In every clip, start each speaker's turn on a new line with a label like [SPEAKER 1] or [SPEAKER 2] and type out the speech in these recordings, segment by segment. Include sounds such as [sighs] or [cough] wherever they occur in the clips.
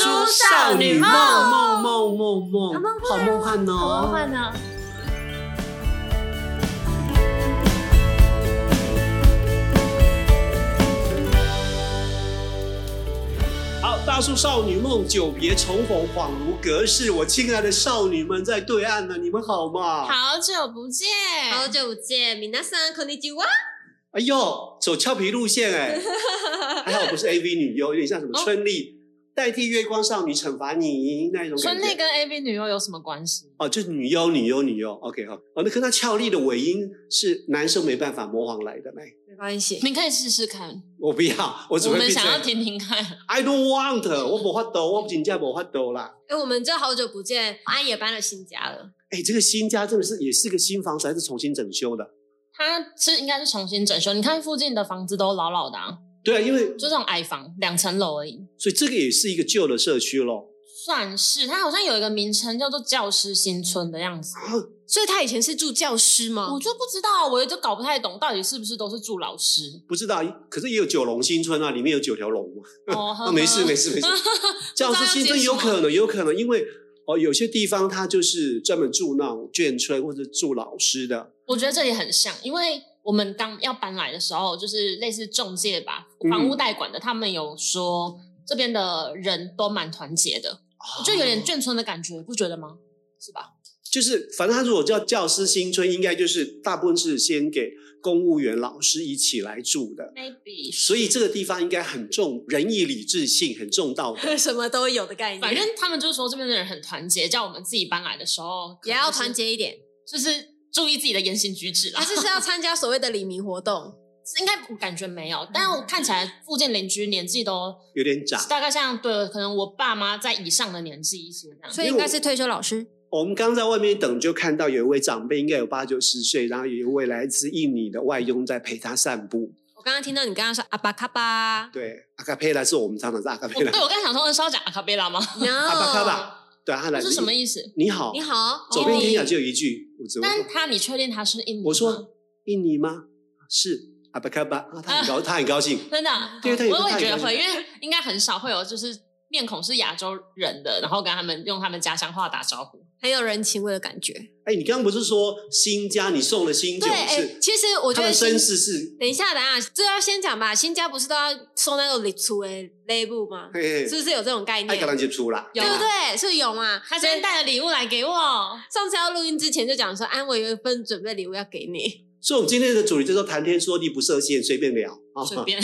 [SPEAKER 1] 少女梦
[SPEAKER 2] 梦梦梦
[SPEAKER 1] 好
[SPEAKER 2] 梦
[SPEAKER 1] 梦幻
[SPEAKER 2] 好梦幻哦！
[SPEAKER 1] 好梦幻呢。
[SPEAKER 2] 好，大叔少女梦，久别重逢，恍如隔世。我亲爱的少女们在对岸呢，你们好吗？。
[SPEAKER 1] 好久不见，
[SPEAKER 3] 好久不见，皆さんこんにちは。
[SPEAKER 2] 哎呦，走俏皮路
[SPEAKER 1] [laughs]
[SPEAKER 2] 线哎、还好不是 AV 女优，有点像什么
[SPEAKER 1] 哦
[SPEAKER 2] 春丽、代替月光少女惩罚你那一种感
[SPEAKER 1] 春
[SPEAKER 2] 觉。
[SPEAKER 1] 丽跟 AV 女优有什么关系？
[SPEAKER 2] 哦，就是女优，女优，女优。OK 好，哦，那跟她俏丽的尾音是男生没办法模仿来的嘞。
[SPEAKER 3] 没关系，
[SPEAKER 1] 你可以试试看，
[SPEAKER 2] 我不要，我只
[SPEAKER 1] 我
[SPEAKER 2] 会
[SPEAKER 1] 们
[SPEAKER 2] 闭嘴
[SPEAKER 1] 想。要听听看。
[SPEAKER 2] I don't want，我不发抖，我请假不发抖啦。
[SPEAKER 3] 哎、我们这好久不见，阿姨也搬了新家了。
[SPEAKER 2] 哎，这个新家真的是也是个新房子，还是重新整修的？
[SPEAKER 1] 它是应该是重新整修，你看附近的房子都老老的、啊，
[SPEAKER 2] 对啊，因为
[SPEAKER 1] 就这种矮房，两层楼而已。
[SPEAKER 2] 所以这个也是一个旧的社区咯。
[SPEAKER 1] 算是，它好像有一个名称叫做教师新村的样子，
[SPEAKER 3] 所以他以前是住教师吗
[SPEAKER 1] 我就不知道，我就搞不太懂，到底是不是都是住老师
[SPEAKER 2] 不知道，可是也有九龙新村啊，里面有九条龙嘛。
[SPEAKER 1] 哦。呵
[SPEAKER 2] 啊，
[SPEAKER 1] 呵
[SPEAKER 2] 没事没事
[SPEAKER 1] [laughs]
[SPEAKER 2] 没事，教师新村有可能有可能，因为哦有些地方它就是专门住那种眷村或者住老师的，
[SPEAKER 1] 我觉得这里很像，因为我们刚要搬来的时候，就是类似中介吧，
[SPEAKER 2] 嗯
[SPEAKER 1] 房屋代管的，他们有说这边的人都蛮团结的，就有点
[SPEAKER 2] 哦
[SPEAKER 1] 眷村的感觉，不觉得吗？是吧？
[SPEAKER 2] 就是反正他如果叫教师新村，应该就是大部分是先给公务员、老师一起来住的。
[SPEAKER 1] maybe
[SPEAKER 2] 所以这个地方应该很重仁义礼智信，很重道德。
[SPEAKER 3] [laughs] 什么都有的概念，
[SPEAKER 1] 反正他们就是说这边的人很团结，叫我们自己搬来的时候
[SPEAKER 3] 也要团，结一 [laughs] 点。
[SPEAKER 1] 可能就是就是注意自己的言行举止啦
[SPEAKER 3] 还。是是要参加所谓的李明活动，
[SPEAKER 1] 应该我感觉没有，但我看起来附近邻居年纪都
[SPEAKER 2] 有点长。
[SPEAKER 1] 大概像对，可能我爸妈在以上的年纪一些这样。
[SPEAKER 3] 所以应该是退休老师。
[SPEAKER 2] 我们刚在外面等，就看到有一位长辈，应该有八九十岁，然后有一位来自印尼的外佣在陪他散步。
[SPEAKER 3] 我刚刚听到你刚刚说阿巴卡巴
[SPEAKER 2] 对， [laughs] 阿卡佩拉是我们常常在阿卡
[SPEAKER 1] 我
[SPEAKER 2] 佩拉
[SPEAKER 1] 对，我刚才想说是要讲阿卡贝拉吗？
[SPEAKER 3] ，no，
[SPEAKER 2] 阿巴卡巴，对，他来
[SPEAKER 1] 这
[SPEAKER 2] 自
[SPEAKER 1] 是什么意思？
[SPEAKER 2] 你好，
[SPEAKER 3] 你，好，
[SPEAKER 2] 走遍
[SPEAKER 3] 印尼
[SPEAKER 2] 天涯只有一句，我只会
[SPEAKER 1] 但他，你确定他是印尼吗？
[SPEAKER 2] 我说印尼吗？是阿巴卡巴啊，他很高，他很高兴。
[SPEAKER 1] 真的啊，
[SPEAKER 2] 对对
[SPEAKER 1] 我
[SPEAKER 2] 对
[SPEAKER 1] 我也觉得
[SPEAKER 2] 对对
[SPEAKER 1] 会，因为应该很少会有就是面孔是亚洲人的，然后跟他们用他们家乡话打招呼。
[SPEAKER 2] [laughs]
[SPEAKER 3] 很有人情味的感觉。
[SPEAKER 2] 哎，你刚刚不是说新家你送了新酒
[SPEAKER 3] 对，哎、
[SPEAKER 2] 是？
[SPEAKER 3] 其实我觉
[SPEAKER 2] 他
[SPEAKER 3] 得
[SPEAKER 2] 的
[SPEAKER 3] 新
[SPEAKER 2] 绅士是，
[SPEAKER 3] 等一下，等一下，这要先讲吧。新家不是都要送那个礼出的内部吗？
[SPEAKER 2] 嘿
[SPEAKER 3] 是
[SPEAKER 2] 嘿，
[SPEAKER 3] 不是有这种概
[SPEAKER 2] 爱
[SPEAKER 3] 念
[SPEAKER 2] 跟？人接触啦。
[SPEAKER 1] 有
[SPEAKER 3] 对不
[SPEAKER 1] 啊
[SPEAKER 3] 对？是有嘛？
[SPEAKER 1] 他今天带了礼物来给我，
[SPEAKER 3] 上次要录音之前就讲说，安我有一份准备礼物要给你。 [laughs]
[SPEAKER 2] 所以我们今天的主题叫做谈天说地不设限，随便聊啊。
[SPEAKER 1] 随便。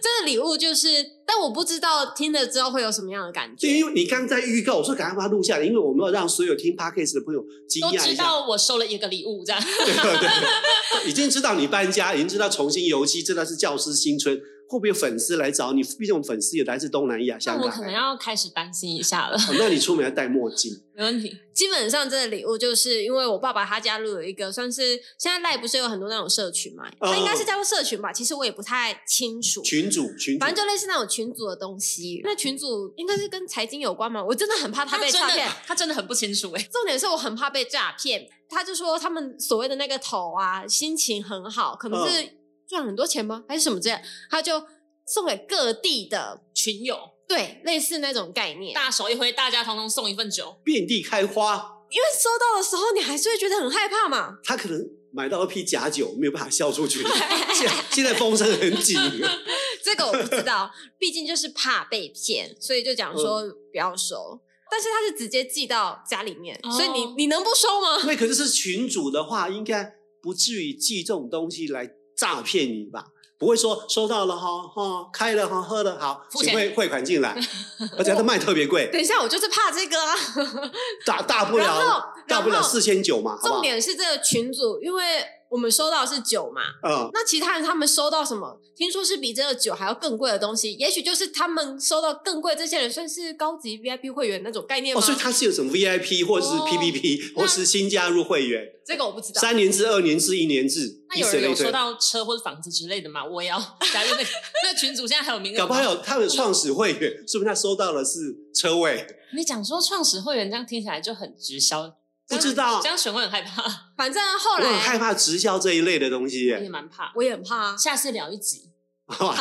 [SPEAKER 3] 这个礼物就是，但我不知道听了之后会有什么样的感
[SPEAKER 2] 就
[SPEAKER 3] 觉。
[SPEAKER 2] 因为你刚在预告，我说赶快把它录下来，因为我们要让所有听 podcast 的朋友惊
[SPEAKER 1] 都
[SPEAKER 2] 讶一
[SPEAKER 1] 知
[SPEAKER 2] 下，
[SPEAKER 1] 道我收了一个礼物，这样
[SPEAKER 2] [laughs] 对对对，已经知道你搬家，已经知道重新油漆，知道是教师新村，会不会有粉丝来找你？毕竟我们粉丝也来自东南亚、香
[SPEAKER 1] 那
[SPEAKER 2] 港
[SPEAKER 1] 我可能、要开始担心一下
[SPEAKER 2] [laughs]
[SPEAKER 1] 了。
[SPEAKER 2] 哦那你出门要戴墨镜，
[SPEAKER 1] 没问题，
[SPEAKER 3] 基本上这个礼物就是因为我爸爸他加入了一个算是现在赖不是有很多那种社群嘛，
[SPEAKER 2] 哦
[SPEAKER 3] 他应该是叫做社群吧，其实我也不太清楚。
[SPEAKER 2] 群主群主
[SPEAKER 3] 反正就类似那种群组的东西，那群组应该是跟财经有关嘛，我真的很怕他
[SPEAKER 1] 他
[SPEAKER 3] 被
[SPEAKER 1] 真
[SPEAKER 3] 诈
[SPEAKER 1] 的
[SPEAKER 3] 骗。
[SPEAKER 1] 他真的很不清楚哎、
[SPEAKER 3] 重点是我很怕被诈骗。他就说他们所谓的那个头啊，心情很好，可
[SPEAKER 1] 嗯
[SPEAKER 3] 能是赚很多钱吗？还是什么之类的？他就送给各地的，
[SPEAKER 1] 群友
[SPEAKER 3] 对，类似那种概念。
[SPEAKER 1] 大手一挥，大家通通送一份酒，
[SPEAKER 2] 遍地开花，
[SPEAKER 3] 因为收到的时候，你还是会觉得很害怕嘛。
[SPEAKER 2] 他可能买到一批假酒，没有办法销出 [laughs] 去。现在现在风声很紧，
[SPEAKER 3] 这个我不知
[SPEAKER 1] [laughs]
[SPEAKER 3] 道，毕竟就是怕被骗，所以就
[SPEAKER 1] 嗯
[SPEAKER 3] 讲说不要收。但是他是直接寄到家里面，
[SPEAKER 1] 哦
[SPEAKER 3] 所以你你能不收吗？ [laughs]
[SPEAKER 2] 那可是是群主的话，应该不至于寄这种东西来诈骗你吧？不会说收到了哈哈、哦开了哈喝了好，
[SPEAKER 1] 付
[SPEAKER 2] 请
[SPEAKER 1] 钱
[SPEAKER 2] 汇汇款进来，
[SPEAKER 1] [laughs]
[SPEAKER 2] 而且他卖特别贵，
[SPEAKER 3] 等一下，我就是怕这个啊。
[SPEAKER 2] 大大不
[SPEAKER 3] 然后
[SPEAKER 2] 了大不了
[SPEAKER 3] 然后
[SPEAKER 2] 四千九嘛，好不
[SPEAKER 3] 重
[SPEAKER 2] 好？
[SPEAKER 3] 点是这个群组，因为我们收到的是酒嘛，
[SPEAKER 2] 嗯，
[SPEAKER 3] 那其他人他们收到什么？听说是比这个酒还要更贵的东西，也许就是他们收到更贵，这些人算是高级 VIP 会员那种概念
[SPEAKER 2] 哦，
[SPEAKER 3] 吗？
[SPEAKER 2] 所以他是有什么 VIP 或者是
[SPEAKER 1] 哦
[SPEAKER 2] PPP、
[SPEAKER 1] 那
[SPEAKER 2] 或是新加入会员，
[SPEAKER 3] 这个我不知道。
[SPEAKER 2] 三年制、二年制、一年制，
[SPEAKER 1] 那
[SPEAKER 2] 以
[SPEAKER 1] 有
[SPEAKER 2] 此
[SPEAKER 1] 人
[SPEAKER 2] 类
[SPEAKER 1] 有收
[SPEAKER 2] 推。
[SPEAKER 1] 到车或者房子之类的吗？我也要 [laughs] 加入那个那个群主，现在还有名额吗。
[SPEAKER 2] 搞不好有他有创始会员，说明他收到的是车位，
[SPEAKER 1] 你讲说创始会员，这样听起来就很直销，
[SPEAKER 2] 不知道
[SPEAKER 1] 这。样选会很害怕，
[SPEAKER 3] 反正后
[SPEAKER 2] 我很害
[SPEAKER 3] 来
[SPEAKER 2] 怕直销这一类的东西
[SPEAKER 1] 我也
[SPEAKER 2] 耶。 [laughs]
[SPEAKER 1] 蛮怕。
[SPEAKER 3] 我也很怕啊、
[SPEAKER 1] 下次聊一集，
[SPEAKER 3] 好，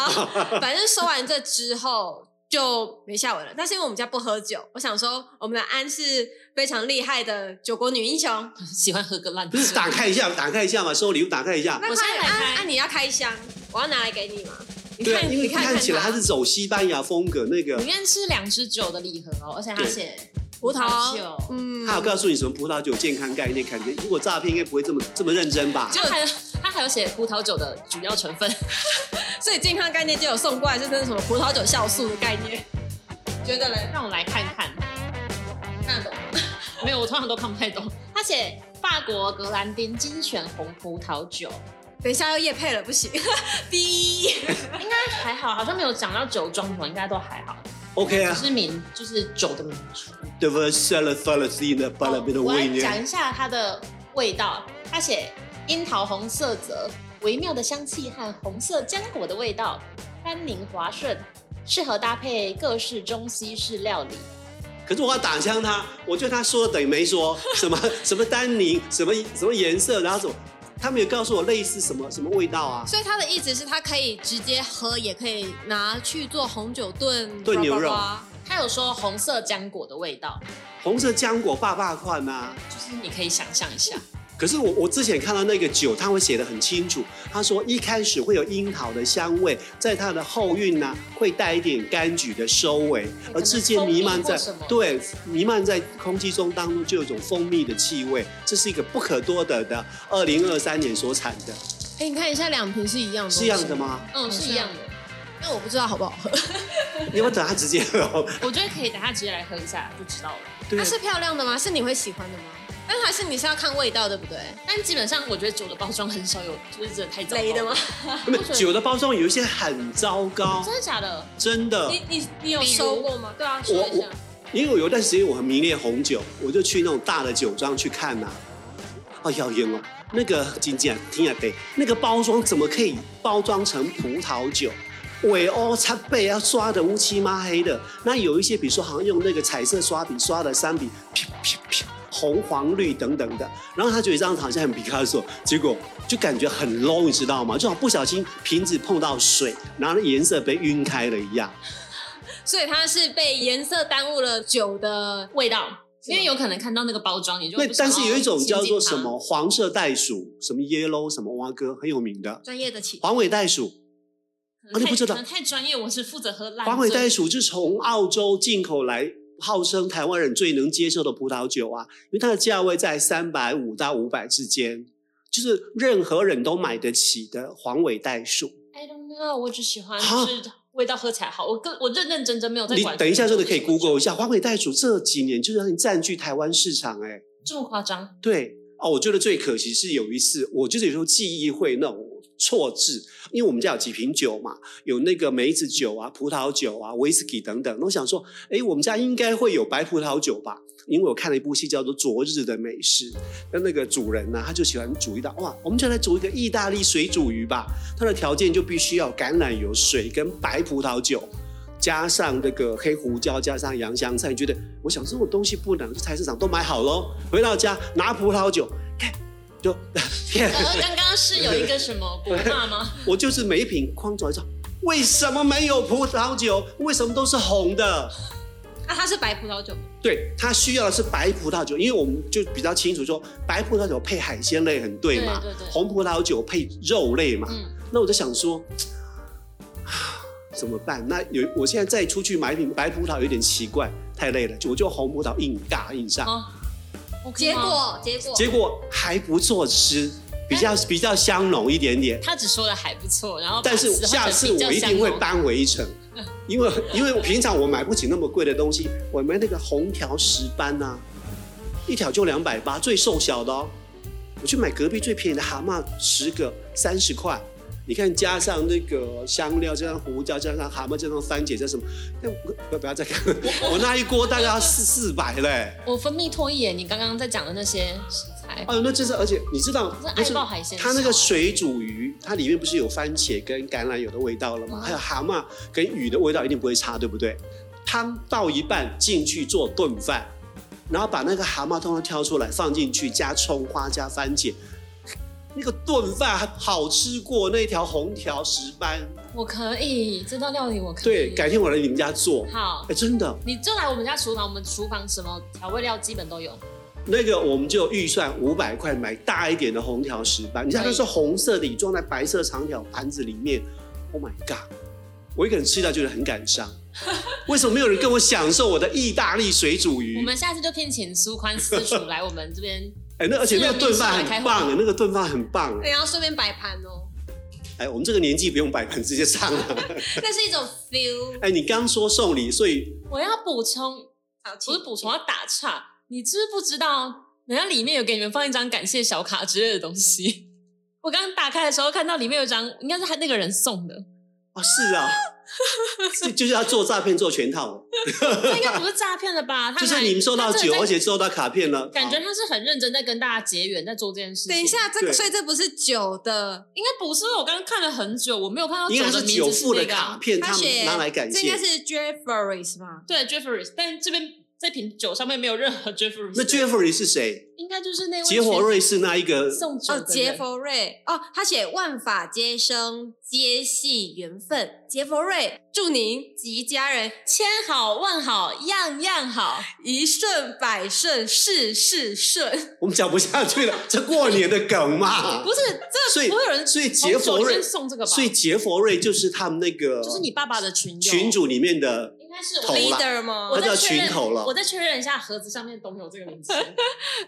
[SPEAKER 3] 反正收完这之后，就没下文了。但是因为我们家不喝酒，我想说我们的安是非常厉害的酒国女
[SPEAKER 2] [laughs]
[SPEAKER 3] 英雄。
[SPEAKER 1] [laughs] 喜欢喝个烂
[SPEAKER 2] 不 [laughs]
[SPEAKER 1] 醉。
[SPEAKER 2] 是打开一下，打开一下嘛，收礼物打开一下。
[SPEAKER 3] 那
[SPEAKER 1] 我现在
[SPEAKER 3] 开
[SPEAKER 1] 来
[SPEAKER 3] 安
[SPEAKER 1] 开
[SPEAKER 3] 安，你要开箱，我要拿来给你嘛。你
[SPEAKER 2] 对啊，
[SPEAKER 3] 看，
[SPEAKER 2] 因为
[SPEAKER 3] 你看
[SPEAKER 2] 看起来
[SPEAKER 3] 它
[SPEAKER 2] 它是走西班牙风格那个
[SPEAKER 1] 里，面是两支酒的礼盒哦，而且它
[SPEAKER 2] 对
[SPEAKER 1] 写
[SPEAKER 3] 葡萄
[SPEAKER 1] 酒，
[SPEAKER 3] 嗯，
[SPEAKER 2] 它有告诉你什么葡萄酒健康概念，感觉如果诈骗应该不会这么这么认真吧？
[SPEAKER 1] 它还有 [laughs] 它还有写葡萄酒的主要成分。 [laughs]
[SPEAKER 3] 所以健康概念就有送过来，是真的什么葡萄酒酵素的概念，觉得嘞
[SPEAKER 1] 让我来看看，
[SPEAKER 3] 看得懂？
[SPEAKER 1] [laughs] 没有，我通常都看不太懂。它写法国格兰丁精选红葡萄酒，
[SPEAKER 3] 等一下要夜配了，不行， [laughs] 逼。
[SPEAKER 1] 应该还好，好像没有讲到酒庄什么，应该都还好。
[SPEAKER 2] OK
[SPEAKER 1] 只
[SPEAKER 2] 啊
[SPEAKER 1] 是名就是酒的名字。
[SPEAKER 2] ，The v e r s a l e f a l a c i n a b a l a b i n
[SPEAKER 1] 哦我
[SPEAKER 2] w
[SPEAKER 1] 来
[SPEAKER 2] i n
[SPEAKER 1] 讲
[SPEAKER 2] e
[SPEAKER 1] 一下它的味道，它写樱桃红色泽，微妙的香气和红色浆果的味道，甘宁滑顺，适合搭配各式中西式料理。
[SPEAKER 2] 可是我要打枪他，我觉得他说的等于没说，什
[SPEAKER 3] [laughs]
[SPEAKER 2] 么什么丹宁，什么什么颜色，然后什么，他没有告诉我类似什么什么味道啊。
[SPEAKER 3] 所以他的意思是，他可以直接喝，也可以拿去做红酒炖
[SPEAKER 2] 炖牛肉
[SPEAKER 1] 它有说红色浆果的味道，
[SPEAKER 2] 红色浆果爸爸款呐、啊。
[SPEAKER 1] 就是你可以想象一下，
[SPEAKER 2] 可是我我之前看到那个酒，它会写的很清楚，他说一开始会有樱桃的香味，在它的后韵呢、会带一点柑橘的收尾，而直接弥漫
[SPEAKER 1] 可能蜂蜜或
[SPEAKER 2] 在
[SPEAKER 1] 什么
[SPEAKER 2] 对弥漫在空气中当中就有一种蜂蜜的气味，这是一个不可多得的二零二三年所产的，
[SPEAKER 3] 哎、你看一下，两瓶是一样的，
[SPEAKER 2] 是一样的？吗？
[SPEAKER 1] 嗯，是一样的。
[SPEAKER 3] 但我不知道好不好 [laughs] 喝。
[SPEAKER 2] 你要不要等它直接喝？
[SPEAKER 1] 我觉得可以，等下直接来喝一下就知道了。
[SPEAKER 2] 对
[SPEAKER 3] 它
[SPEAKER 2] 啊，
[SPEAKER 3] 是漂亮的吗？是你会喜欢的吗？但还是你是要看味道，对不对？
[SPEAKER 1] 但基本上，我觉得酒的包装很少有，就是真的太糟糕
[SPEAKER 3] 雷的吗？？
[SPEAKER 2] 啊没有酒的包装有一些很糟糕，
[SPEAKER 1] 真的假的？
[SPEAKER 2] 真的。
[SPEAKER 3] [laughs] 你你你有
[SPEAKER 1] 比如
[SPEAKER 3] 收过吗？对啊，
[SPEAKER 2] 我我因为我有一段时间我很迷恋红酒，我就去那种大的酒庄去看呐、啊。哎呀，冤哦！那个金姐听啊，对，那个包装怎么可以包装成葡萄酒？尾欧擦背要刷的乌漆抹黑的。那有一些，比如说好像用那个彩色刷笔刷了三笔，啪啪啪，红黄绿等等的。然后他觉得这样子好像很皮卡索，结果就感觉很 low，你知道吗？就好像不小心瓶子碰到水，然后颜色被晕开了一样。
[SPEAKER 3] 所以它是被颜色耽误了酒的
[SPEAKER 1] 味道，
[SPEAKER 3] 是
[SPEAKER 1] 因
[SPEAKER 3] 吗
[SPEAKER 1] 为有可能看到那个包装，你就
[SPEAKER 2] 那
[SPEAKER 1] 不想
[SPEAKER 2] 但是有一种叫做什
[SPEAKER 1] 要亲近
[SPEAKER 2] 么黄色袋鼠，什么 yellow 什么蛙哥很有名的
[SPEAKER 3] 专业的起
[SPEAKER 2] 黄尾袋鼠。
[SPEAKER 1] 它，可能
[SPEAKER 2] 啊你
[SPEAKER 1] 太
[SPEAKER 2] 不知道
[SPEAKER 1] 可能太专业，我是负责喝烂醉。
[SPEAKER 2] 黄尾袋鼠就是从澳洲进口来，号称台湾人最能接受的葡萄酒啊，因为它的价位在三百五到五百之间，就是任何人都买得起的黄尾袋鼠。
[SPEAKER 1] I don't know，我只喜欢
[SPEAKER 2] 啊
[SPEAKER 1] 就是味道喝起来好，我跟我认认真真没有在
[SPEAKER 2] 你
[SPEAKER 1] 管。
[SPEAKER 2] 等一下真的可以 Google 一下，黄尾袋鼠这几年就是很占据台湾市场、哎。
[SPEAKER 1] 这么夸张？
[SPEAKER 2] 对哦，我觉得最可惜是有一次，我就是有时候记忆会那种错字，因为我们家有几瓶酒嘛，有那个梅子酒啊、葡萄酒啊、威士忌等等。我想说，哎，我们家应该会有白葡萄酒吧？因为我看了一部戏叫做《昨日的美食》，那那个主人呢、他就喜欢煮一道，哇，我们就来煮一个意大利水煮鱼吧。它的条件就必须要橄榄油、水跟白葡萄酒。加上那个黑胡椒，加上洋香菜，你觉得我想这种东西不能去菜市场都买好喽，回到家拿葡萄酒，看就 [laughs] 天，
[SPEAKER 1] 然后刚刚是有一个什么不辣吗？
[SPEAKER 2] 我就是每一瓶框走一走，为什么没有葡萄酒？为什么都是红的？
[SPEAKER 3] 啊，它是白葡萄酒吗，
[SPEAKER 2] 对，它需要的是白葡萄酒，因为我们就比较清楚说，白葡萄酒配海鲜类很对嘛，
[SPEAKER 1] 对对对
[SPEAKER 2] 红葡萄酒配肉类嘛。
[SPEAKER 1] 嗯，
[SPEAKER 2] 那我就想说， [sighs] 怎么办？那有我现在再出去买一瓶白葡萄有点奇怪，太累了，我就红葡萄硬尬硬上，
[SPEAKER 1] 好，OK
[SPEAKER 3] 结
[SPEAKER 1] 吗
[SPEAKER 3] 果结果
[SPEAKER 2] 结果还不错吃，比
[SPEAKER 1] 哎
[SPEAKER 2] 较比较香浓一点点。
[SPEAKER 1] 他只说的还不错，然后把
[SPEAKER 2] 但是
[SPEAKER 1] 词换
[SPEAKER 2] 下
[SPEAKER 1] 成比
[SPEAKER 2] 次
[SPEAKER 1] 较
[SPEAKER 2] 我一定会
[SPEAKER 1] 香浓
[SPEAKER 2] 扳回一城，因为因为我平常我买不起那么贵的东西，我们那个红条石斑呐、一条就两百八，最瘦小的哦。我去买隔壁最便宜的蛤蟆，十个三十块。你看，加上那个香料，加上胡椒，加上蛤蟆，加上番茄，加什么？那我不不要再看，
[SPEAKER 1] [laughs]
[SPEAKER 2] 我我那一锅大概要四四百嘞。
[SPEAKER 1] 我分泌唾液，你刚刚在讲的那些食材，
[SPEAKER 2] 哎呦，那真是，而且你知道，
[SPEAKER 1] 我是
[SPEAKER 2] 不是
[SPEAKER 1] 爱爆海鲜。
[SPEAKER 2] 它那个，水煮鱼，它里面不是有番茄跟橄榄油的味道了吗？
[SPEAKER 1] 嗯
[SPEAKER 2] 还有蛤蟆跟鱼的味道一定不会差，对不对？汤倒一半进去做炖饭，然后把那个蛤蟆通通挑出来放进去，加葱花加番茄，那个炖饭好吃过那条红条石斑。
[SPEAKER 1] 我可以，这道料理我可以。
[SPEAKER 2] 对，改天我来你们家做。
[SPEAKER 1] 好
[SPEAKER 2] 哎，，真的，
[SPEAKER 1] 你就来我们家厨房，我们厨房什么调味料基本都有。
[SPEAKER 2] 那个我们就预算五百块买大一点的红条石斑，你知道
[SPEAKER 1] 可以
[SPEAKER 2] 它是红色的，你装在白色长条盘子里面。Oh my god！我一个人吃到觉得很
[SPEAKER 1] [laughs]
[SPEAKER 2] 感伤，为什么没有人跟我享受我的意大利水煮鱼？
[SPEAKER 1] 我们下次就聘请苏宽私
[SPEAKER 2] [laughs]
[SPEAKER 1] 厨来我们这边，
[SPEAKER 2] 哎、那而且那个炖
[SPEAKER 1] 私
[SPEAKER 2] 饭
[SPEAKER 1] 人民宿来开
[SPEAKER 2] 很
[SPEAKER 1] 会
[SPEAKER 2] 棒，那个炖饭很棒。
[SPEAKER 3] 对，然后顺便摆盘 [laughs] 哦，
[SPEAKER 2] 哎，我们这个年纪不用摆盘，直接
[SPEAKER 1] [laughs]
[SPEAKER 2] 上了。
[SPEAKER 3] 那是一种 feel。
[SPEAKER 2] 哎，你刚说送礼，所以
[SPEAKER 1] 我要补充，
[SPEAKER 3] 好
[SPEAKER 1] 不是补充，要打岔。你知不知道，人家里面有给你们放一张感谢小卡之类的东西？ [laughs] 我刚打开的时候看到里面有一张，应该是他那个人送的，
[SPEAKER 2] 啊，
[SPEAKER 1] [laughs]
[SPEAKER 2] 是啊，是就是要做诈骗做全套，
[SPEAKER 1] 这应该不是诈骗了吧？他
[SPEAKER 2] 就是
[SPEAKER 1] 还
[SPEAKER 2] 你们收到
[SPEAKER 1] 他真
[SPEAKER 2] 酒，
[SPEAKER 1] 的在
[SPEAKER 2] 而且收到卡片了，
[SPEAKER 1] 感觉
[SPEAKER 2] 好
[SPEAKER 1] 他是很认真在跟大家结缘，在做这件事情。
[SPEAKER 3] 等一，下，这个
[SPEAKER 2] 对
[SPEAKER 3] 所以这不是酒的，
[SPEAKER 1] 应该不是，因为我刚刚看了很久，我没有看到
[SPEAKER 2] 哦应该
[SPEAKER 1] 的
[SPEAKER 2] 是
[SPEAKER 1] 名
[SPEAKER 2] 酒
[SPEAKER 1] 字
[SPEAKER 2] 付
[SPEAKER 1] 那
[SPEAKER 2] 的
[SPEAKER 1] 个啊
[SPEAKER 2] 卡片，
[SPEAKER 3] 他
[SPEAKER 2] 他
[SPEAKER 3] 写
[SPEAKER 2] 们拿来感
[SPEAKER 3] 这应该
[SPEAKER 2] 谢。
[SPEAKER 3] 是 Jeffries 吗？
[SPEAKER 1] 对 Jeffrey，但这边这瓶酒上面没有任何 Jeffrey。
[SPEAKER 2] 那 Jeffrey 是谁？
[SPEAKER 1] 应该就是那位
[SPEAKER 2] 杰佛瑞是那一个
[SPEAKER 1] 送酒
[SPEAKER 3] 哦，
[SPEAKER 1] 的人
[SPEAKER 3] 杰佛瑞哦，他写万法皆生，皆系缘分。杰佛瑞，祝您及家人
[SPEAKER 1] 千好万好，样样好。
[SPEAKER 3] 一顺百顺，事事顺。
[SPEAKER 2] 我们讲不下去
[SPEAKER 1] [laughs]
[SPEAKER 2] 了，这过年的梗嘛。
[SPEAKER 1] 不是，
[SPEAKER 2] 啊所
[SPEAKER 1] 这
[SPEAKER 2] 以
[SPEAKER 1] 不会有人
[SPEAKER 2] 所以
[SPEAKER 1] 从
[SPEAKER 2] 杰佛
[SPEAKER 1] 酒
[SPEAKER 2] 瑞
[SPEAKER 1] 店，送这个吧？
[SPEAKER 2] 所以杰佛瑞就是他们那个
[SPEAKER 1] 就是你爸爸的群友
[SPEAKER 2] 群，主里面的，
[SPEAKER 1] 应该是
[SPEAKER 2] 头
[SPEAKER 1] 我
[SPEAKER 2] 啦
[SPEAKER 3] leader 吗
[SPEAKER 1] 我？
[SPEAKER 2] 他
[SPEAKER 1] 再
[SPEAKER 2] 叫
[SPEAKER 1] 确认
[SPEAKER 2] 群头了
[SPEAKER 1] 我再确认一下盒子上面都有这个
[SPEAKER 2] [laughs]
[SPEAKER 1] 名字。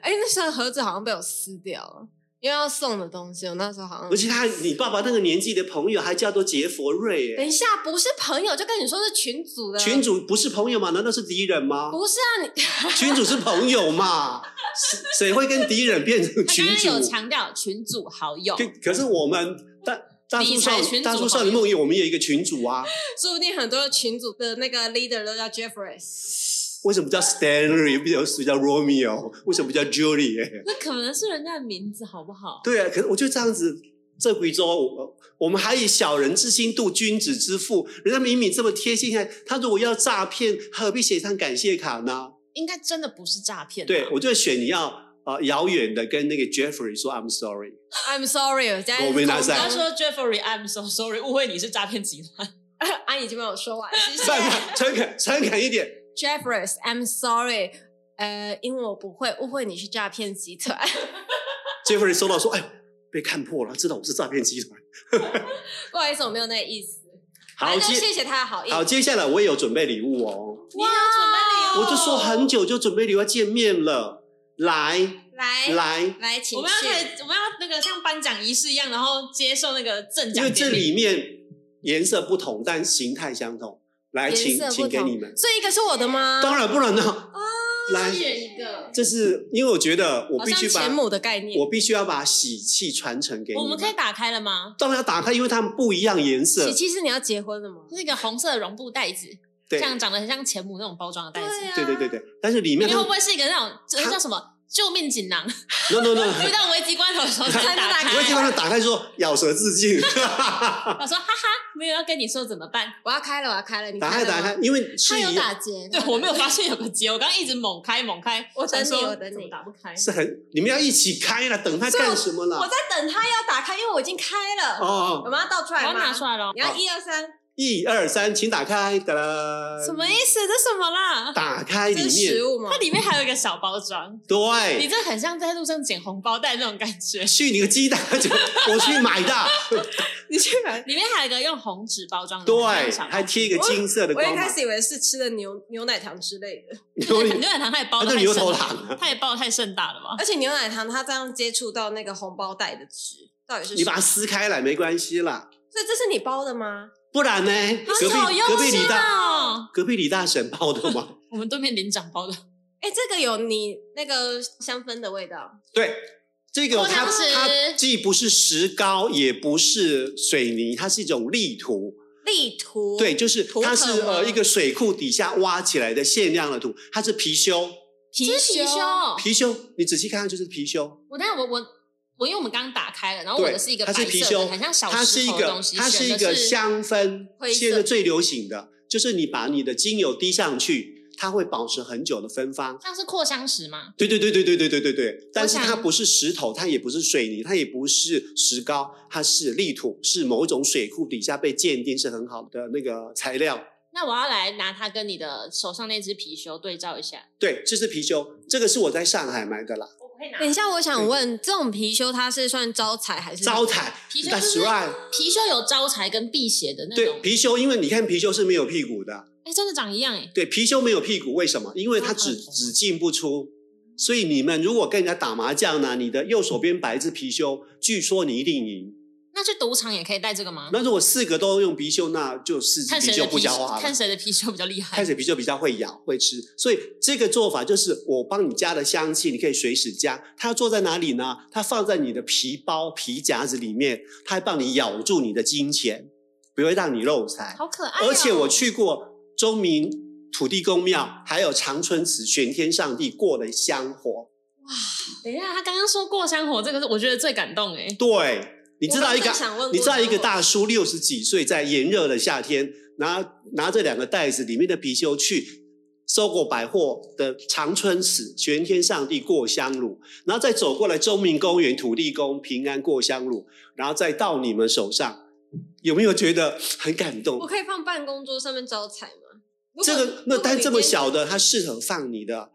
[SPEAKER 3] 哎，那时候盒子好像被我撕掉了，因为要送的东西，我那时候好像
[SPEAKER 2] 而。且他你爸爸那个年纪的朋友还叫做杰佛瑞
[SPEAKER 3] 等
[SPEAKER 2] 耶，
[SPEAKER 3] 一下，不是朋友，就跟你说是群主的
[SPEAKER 2] 群主不是朋友吗？难道是敌人吗？
[SPEAKER 3] 不是啊，你
[SPEAKER 2] 群主是朋友
[SPEAKER 1] [laughs]
[SPEAKER 2] 嘛，谁谁会跟敌人变成
[SPEAKER 1] 他
[SPEAKER 2] 群
[SPEAKER 1] 刚刚
[SPEAKER 2] 主？
[SPEAKER 1] 有强调群主好友，
[SPEAKER 2] 可可是我们大大叔
[SPEAKER 1] 理财群组
[SPEAKER 2] 少大叔
[SPEAKER 1] 好
[SPEAKER 2] 少
[SPEAKER 1] 友
[SPEAKER 2] 年梦游，我们也有一个群主啊。
[SPEAKER 3] 说不定很多群主的那个 leader 都叫 Jeffries。
[SPEAKER 2] 为什么叫 Stanley？不叫不叫 Romeo？为什么不叫 Juliet？
[SPEAKER 1] 那可能是人家的名字好不好？
[SPEAKER 2] 对啊，可是我就这样子。这贵州，我我们还以小人之心度君子之腹。人家明明这么贴心，还他如果要诈骗，何必写上感谢卡呢？
[SPEAKER 1] 应该真的不是诈骗吧。
[SPEAKER 2] 对，我就选你要呃遥远的跟那个 Jeffrey 说 I'm sorry。
[SPEAKER 3] I'm sorry，我家
[SPEAKER 2] 我没拿伞
[SPEAKER 1] 他说 Jeffrey，I'm so sorry，误会你是诈骗集 [laughs] 团。
[SPEAKER 3] 安已经没有说完，谢
[SPEAKER 2] [laughs]
[SPEAKER 3] 谢
[SPEAKER 2] 再。
[SPEAKER 3] [laughs]
[SPEAKER 2] 看诚恳诚恳一点，
[SPEAKER 3] Jeffries，I'm sorry，呃，因为我不会误会你是诈骗集团， [laughs]
[SPEAKER 2] Jeffrey 收到说，哎，被看破了，他知道我是诈骗集团。
[SPEAKER 3] 不好意思，我没有那个意思。
[SPEAKER 2] 好，
[SPEAKER 3] 反正就谢
[SPEAKER 2] 接
[SPEAKER 3] 谢他的好意。
[SPEAKER 2] 好，接下来我也有准备礼物哦，
[SPEAKER 1] 你要准备礼物，
[SPEAKER 2] 我就
[SPEAKER 3] 哦
[SPEAKER 2] 说很久就准备礼物要见面了，来
[SPEAKER 3] 来
[SPEAKER 2] 来，
[SPEAKER 3] 来，请
[SPEAKER 1] 我们要
[SPEAKER 3] 去
[SPEAKER 1] 开，我们要那个像颁奖仪式一样，然后接受那个正
[SPEAKER 2] 因
[SPEAKER 1] 奖
[SPEAKER 2] 为
[SPEAKER 1] 典礼。
[SPEAKER 2] 这里面颜色不同，但形态相同。来，请
[SPEAKER 3] 颜色不
[SPEAKER 2] 请给
[SPEAKER 3] 同啊
[SPEAKER 2] 你们，
[SPEAKER 3] 所以一个是我的吗？
[SPEAKER 2] 当然不然呢？来，
[SPEAKER 1] 选一个，
[SPEAKER 2] 这是因为我觉得我
[SPEAKER 3] 好
[SPEAKER 2] 必
[SPEAKER 3] 像
[SPEAKER 2] 须把
[SPEAKER 3] 前母的概念。
[SPEAKER 2] 我必须要把喜气传承给你
[SPEAKER 1] 我们可以打开了吗？
[SPEAKER 2] 当然要打开，因为它们不一样颜色
[SPEAKER 3] 琪。琪是你要结婚了吗？
[SPEAKER 1] 那个红色的绒布袋子，
[SPEAKER 2] 对
[SPEAKER 1] 像长得很像钱母那种包装的袋子。
[SPEAKER 3] 啊
[SPEAKER 2] 对对对。对，但是里面
[SPEAKER 1] 你
[SPEAKER 2] 它
[SPEAKER 1] 会不会是一个那种这
[SPEAKER 2] 它
[SPEAKER 1] 叫什么救命锦囊？
[SPEAKER 2] no no no，
[SPEAKER 3] [laughs]
[SPEAKER 1] 遇到危机关头的
[SPEAKER 2] [laughs]
[SPEAKER 1] 时候才能打
[SPEAKER 3] 才能打
[SPEAKER 1] 开。
[SPEAKER 3] 开
[SPEAKER 2] 我基本上打开说咬舌自
[SPEAKER 3] [laughs]
[SPEAKER 2] 尽。
[SPEAKER 1] 我说哈哈，没有要跟你说怎么办？
[SPEAKER 3] 我要开了，我要开了，你
[SPEAKER 2] 打开打开
[SPEAKER 3] 了吗，，
[SPEAKER 2] 因为是
[SPEAKER 3] 他有
[SPEAKER 2] 一样
[SPEAKER 3] 打结。
[SPEAKER 1] 对我没有发现有个结，我刚刚一直猛开猛开，
[SPEAKER 3] 我等你
[SPEAKER 1] 想说
[SPEAKER 3] 我等你
[SPEAKER 1] 怎么打不开。
[SPEAKER 2] 是很，你们要一起开了，等他干什么
[SPEAKER 3] 我
[SPEAKER 2] 啦？
[SPEAKER 3] 在等他要打开，因为我已经开
[SPEAKER 2] 哦
[SPEAKER 3] 了。我
[SPEAKER 2] 哦，
[SPEAKER 3] 们要倒出
[SPEAKER 1] 我
[SPEAKER 3] 来
[SPEAKER 1] 要
[SPEAKER 3] 吗
[SPEAKER 1] 拿？出来了
[SPEAKER 3] 你，要
[SPEAKER 2] 好
[SPEAKER 3] 一二三，
[SPEAKER 2] 一二三，请打开，哒啦。
[SPEAKER 1] 什么意思？这什么啦？
[SPEAKER 2] 打开
[SPEAKER 3] 这
[SPEAKER 2] 呃里
[SPEAKER 3] 是
[SPEAKER 2] 面
[SPEAKER 3] 食，物吗
[SPEAKER 1] [laughs] 它？里面还有一个小包装，你
[SPEAKER 2] 对，
[SPEAKER 1] 这很像在路上捡红包袋那种感觉。
[SPEAKER 2] 去你个鸡蛋，我去买
[SPEAKER 3] [laughs]
[SPEAKER 2] 的。
[SPEAKER 3] 你去买。
[SPEAKER 1] 里面还有一个用红纸包装的，
[SPEAKER 2] 对，还
[SPEAKER 1] 还
[SPEAKER 2] 贴一个金色的
[SPEAKER 3] 我一
[SPEAKER 2] 光
[SPEAKER 3] 开
[SPEAKER 2] 芒，
[SPEAKER 3] 始以为是吃的牛牛奶糖之类的，
[SPEAKER 2] 牛
[SPEAKER 1] 牛奶
[SPEAKER 2] 奶
[SPEAKER 1] 糖，它也包
[SPEAKER 2] 它
[SPEAKER 1] 的
[SPEAKER 2] 叫牛头糖，
[SPEAKER 1] 它也包的太盛大了吧？
[SPEAKER 3] 而且牛奶糖它这样接触到那个红包袋的纸，到底是
[SPEAKER 2] 你把
[SPEAKER 3] 什
[SPEAKER 2] 它
[SPEAKER 3] 么
[SPEAKER 2] 撕开来没关系啦，
[SPEAKER 3] 所以这是你包的吗？
[SPEAKER 2] 不然呢？隔壁
[SPEAKER 1] 好用
[SPEAKER 2] 隔壁
[SPEAKER 1] 心
[SPEAKER 2] 李
[SPEAKER 3] 啊
[SPEAKER 2] 大
[SPEAKER 1] 哦！
[SPEAKER 2] 隔壁李大婶包的嘛，
[SPEAKER 1] 我们对面连长包的，
[SPEAKER 3] 哎，这个有你那个香氛的味道，
[SPEAKER 2] 对，这个
[SPEAKER 1] 扩
[SPEAKER 2] 它
[SPEAKER 1] 香石
[SPEAKER 2] 它既不是石膏，也不是水泥，它是一种力土。
[SPEAKER 3] 力图
[SPEAKER 2] 对，就是
[SPEAKER 3] 土
[SPEAKER 2] 它是
[SPEAKER 3] 粉吗
[SPEAKER 2] 呃一个水库底下挖起来的限量的土，它是貔貅，
[SPEAKER 3] 貔
[SPEAKER 1] 这是貔
[SPEAKER 3] 貅，
[SPEAKER 1] 貅。
[SPEAKER 2] 貔貅，你仔细看看就是貔貅，
[SPEAKER 1] 我但我我我，因为我们刚刚打开了，然后我
[SPEAKER 2] 对
[SPEAKER 1] 的是一个，白
[SPEAKER 2] 它
[SPEAKER 1] 色
[SPEAKER 2] 是
[SPEAKER 1] 的，
[SPEAKER 2] 貔貅，
[SPEAKER 1] 很像小
[SPEAKER 2] 它是
[SPEAKER 1] 石
[SPEAKER 2] 一
[SPEAKER 1] 头的
[SPEAKER 2] 个
[SPEAKER 1] 东西，
[SPEAKER 2] 它
[SPEAKER 1] 选
[SPEAKER 2] 一
[SPEAKER 1] 的
[SPEAKER 2] 个香氛
[SPEAKER 3] 灰，色
[SPEAKER 2] 现在最流行的就是你把你的精油滴上去，它会保持很久的芬芳。
[SPEAKER 1] 像是扩香石嘛，
[SPEAKER 2] 对对对对对对对对对，但是
[SPEAKER 1] 想
[SPEAKER 2] 它不是石头，它也不是水泥，它也不是石膏，它是砾土，是某种水库底下被鉴定是很好的那个材料。
[SPEAKER 1] 那我要来拿它跟你的手上那只貔貅对照一下，
[SPEAKER 2] 对，这是貔貅，这个是我在上海买的啦，
[SPEAKER 1] 我会拿
[SPEAKER 3] 等一下，我想问，这种貔貅它是算招财还是
[SPEAKER 2] 招？财
[SPEAKER 1] 貔貅，
[SPEAKER 2] 但
[SPEAKER 1] 就是
[SPEAKER 2] 十万。
[SPEAKER 1] 貔貅有招财跟辟邪的那
[SPEAKER 2] 对
[SPEAKER 1] 种，
[SPEAKER 2] 貔貅，因为你看貔貅是没有屁股的，
[SPEAKER 1] 哎，真的长一样哎，
[SPEAKER 2] 对，貔貅没有屁股，为什么？因为它只
[SPEAKER 1] 哦
[SPEAKER 2] 只进不出。所以你们如果跟人家打麻将呢，你的右手边摆一只貔貅，据说你一定赢。
[SPEAKER 1] 那去赌场也可以带这个吗？
[SPEAKER 2] 那如果四个都用貔貅，那就四只
[SPEAKER 1] 看
[SPEAKER 2] 貔
[SPEAKER 1] 谁的
[SPEAKER 2] 貅不
[SPEAKER 1] 貔
[SPEAKER 2] 讲话
[SPEAKER 1] 貅，看
[SPEAKER 2] 了。
[SPEAKER 1] 谁的貔貅比较厉害
[SPEAKER 2] 看。谁貔貅比较会咬会吃，所以这个做法就是我帮你加了香气，你可以随时加。它做在哪里呢？它放在你的皮包、皮夹子里面，它还帮你咬住你的金钱，不会让你漏财。
[SPEAKER 1] 好可
[SPEAKER 3] 哎
[SPEAKER 1] 爱、啊
[SPEAKER 2] 而且我，去过中明土地公庙，还有长春祠玄天上帝过的香火。
[SPEAKER 1] 等一下，他刚刚说过香火这个是我觉得最感动
[SPEAKER 2] [laughs]
[SPEAKER 1] 哎、
[SPEAKER 2] 对，你知道一
[SPEAKER 3] 我刚
[SPEAKER 2] 个
[SPEAKER 3] 正想问
[SPEAKER 2] 你知道一个
[SPEAKER 3] 过
[SPEAKER 2] 大叔六十几岁，在炎热的夏天，拿拿着两个袋子里面的貔貅去。搜狗百货的长春祠玄天上帝过香炉，然后再走过来中明公园土地公平安过香炉，然后再到你们手上，有没有觉得很感动？
[SPEAKER 3] 我可以放办公桌上面招财吗？如果
[SPEAKER 2] 这个那
[SPEAKER 3] 如果
[SPEAKER 2] 但
[SPEAKER 3] 你
[SPEAKER 2] 这么
[SPEAKER 3] 今天
[SPEAKER 2] 小的，它适合放你的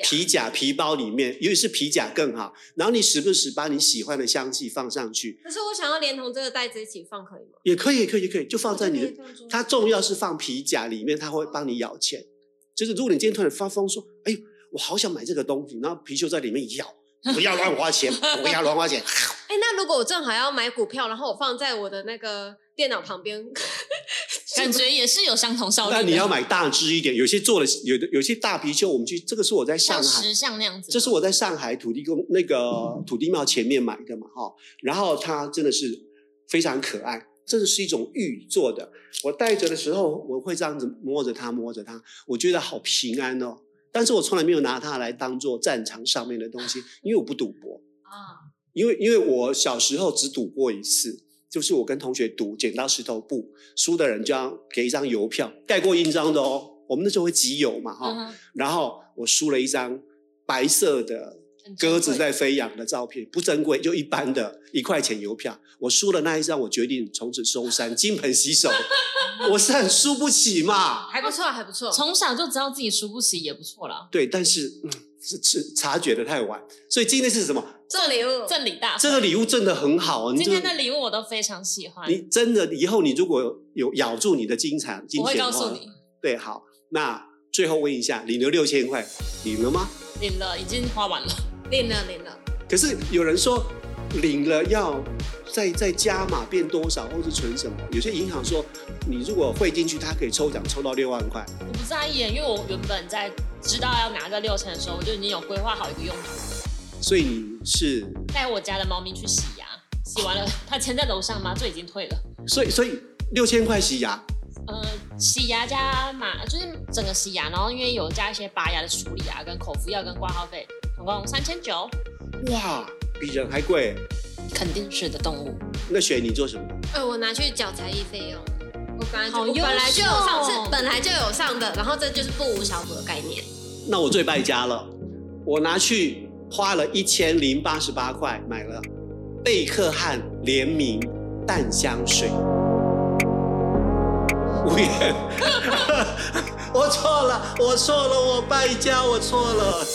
[SPEAKER 3] 夹
[SPEAKER 2] 皮夹、皮包里面，尤其是皮夹更好。然后你时不时把你喜欢的香气放上去，
[SPEAKER 3] 可是我想要连同这个袋子一起放，可以吗？
[SPEAKER 2] 也可以，也可以，也可以，就放在你
[SPEAKER 3] 我就
[SPEAKER 2] 的。
[SPEAKER 3] 可以放桌上
[SPEAKER 2] 它重要是放皮夹里面，它会帮你咬钱。就是如果你今天突然发疯说：“哎呦，我好想买这个东西”，然后貔貅在里面咬，不要乱花钱，不要乱花钱。
[SPEAKER 3] 哎、那如果我正好要买股票，然后我放在我的那个电脑旁 [laughs] 边，
[SPEAKER 1] 感觉也是有相同效力的。
[SPEAKER 2] 那你要买大只一点，有些做的有的有些大貔貅，我们去这个是我在上
[SPEAKER 1] 像
[SPEAKER 2] 海
[SPEAKER 1] 石像那样子吗，
[SPEAKER 2] 这是我在上海土地公那个土地庙前面买的嘛，哈，然后它真的是非常可爱，这是一种玉做的。我戴着的时候，我会这样子摸着它，摸着它，我觉得好平安哦。但是我从来没有拿它来当做战场上面的东
[SPEAKER 1] [laughs]
[SPEAKER 2] 西，因为我不赌博，
[SPEAKER 1] 啊，
[SPEAKER 2] 因为因为我小时候只赌过一次，就是我跟同学赌剪刀石头布，输的人就要给一张邮票，盖过印章的哦。我们那时候会集邮嘛，哈、
[SPEAKER 1] 嗯哼
[SPEAKER 2] 然后我输了一张白色的
[SPEAKER 1] 很珍贵
[SPEAKER 2] 鸽子在飞扬的照片，不珍贵，就一般的一块钱邮票。我输了那一张，我决定从此收山，金盆洗手。我是很输不起嘛， [laughs]
[SPEAKER 3] 还不错，还不错。
[SPEAKER 1] 从小就知道自己输不起也不错啦。
[SPEAKER 2] 对，但是、嗯、是是察觉的太晚，所以今天是什么？
[SPEAKER 3] 这礼物，
[SPEAKER 1] 赠礼大会，
[SPEAKER 2] 这个礼物真的很好哦，你
[SPEAKER 1] 今
[SPEAKER 2] 就
[SPEAKER 1] 天的礼物我都非常喜欢，
[SPEAKER 2] 你真的以后你如果有咬住你的金钱，金
[SPEAKER 1] 我会
[SPEAKER 2] 钱
[SPEAKER 1] 告
[SPEAKER 2] 的
[SPEAKER 1] 诉
[SPEAKER 2] 话，
[SPEAKER 1] 你，
[SPEAKER 2] 对，好，那最后问一下，你留六千块，领了吗？
[SPEAKER 1] 领了已经花完了，
[SPEAKER 3] 领了，领了。
[SPEAKER 2] 可是有人说领了要再再加码变多少，或是存什么？有些银行说你如果汇进去，它可以抽奖抽到六万块。
[SPEAKER 1] 我不在意耶，因为我原本在知道要拿这六千的时候，我就已经有规划好一个用途，
[SPEAKER 2] 所以你是，
[SPEAKER 1] 带我家的猫咪去洗牙，洗完了，它钱在楼上吗？就已经退了。
[SPEAKER 2] 所以所以六千块洗牙，
[SPEAKER 1] 呃，洗牙加马就是整个洗牙，然后因为有加一些拔牙的处理啊，跟口服药跟挂号费，总共三千九，
[SPEAKER 2] 哇，比人还贵。
[SPEAKER 1] 肯定是的动物。
[SPEAKER 2] 那雪你做什么？
[SPEAKER 3] 哎、我拿去缴才艺费用。我本来就
[SPEAKER 1] 好
[SPEAKER 3] 我
[SPEAKER 1] 优秀
[SPEAKER 3] 本来就有上，是本来就有上的，然后这就是不无小补的概念。
[SPEAKER 2] 那我最败家了，我拿去花了一千零八十八块买了贝克汉联名淡香水。无 [laughs] 言，我错了，我错了，我败家，我错了。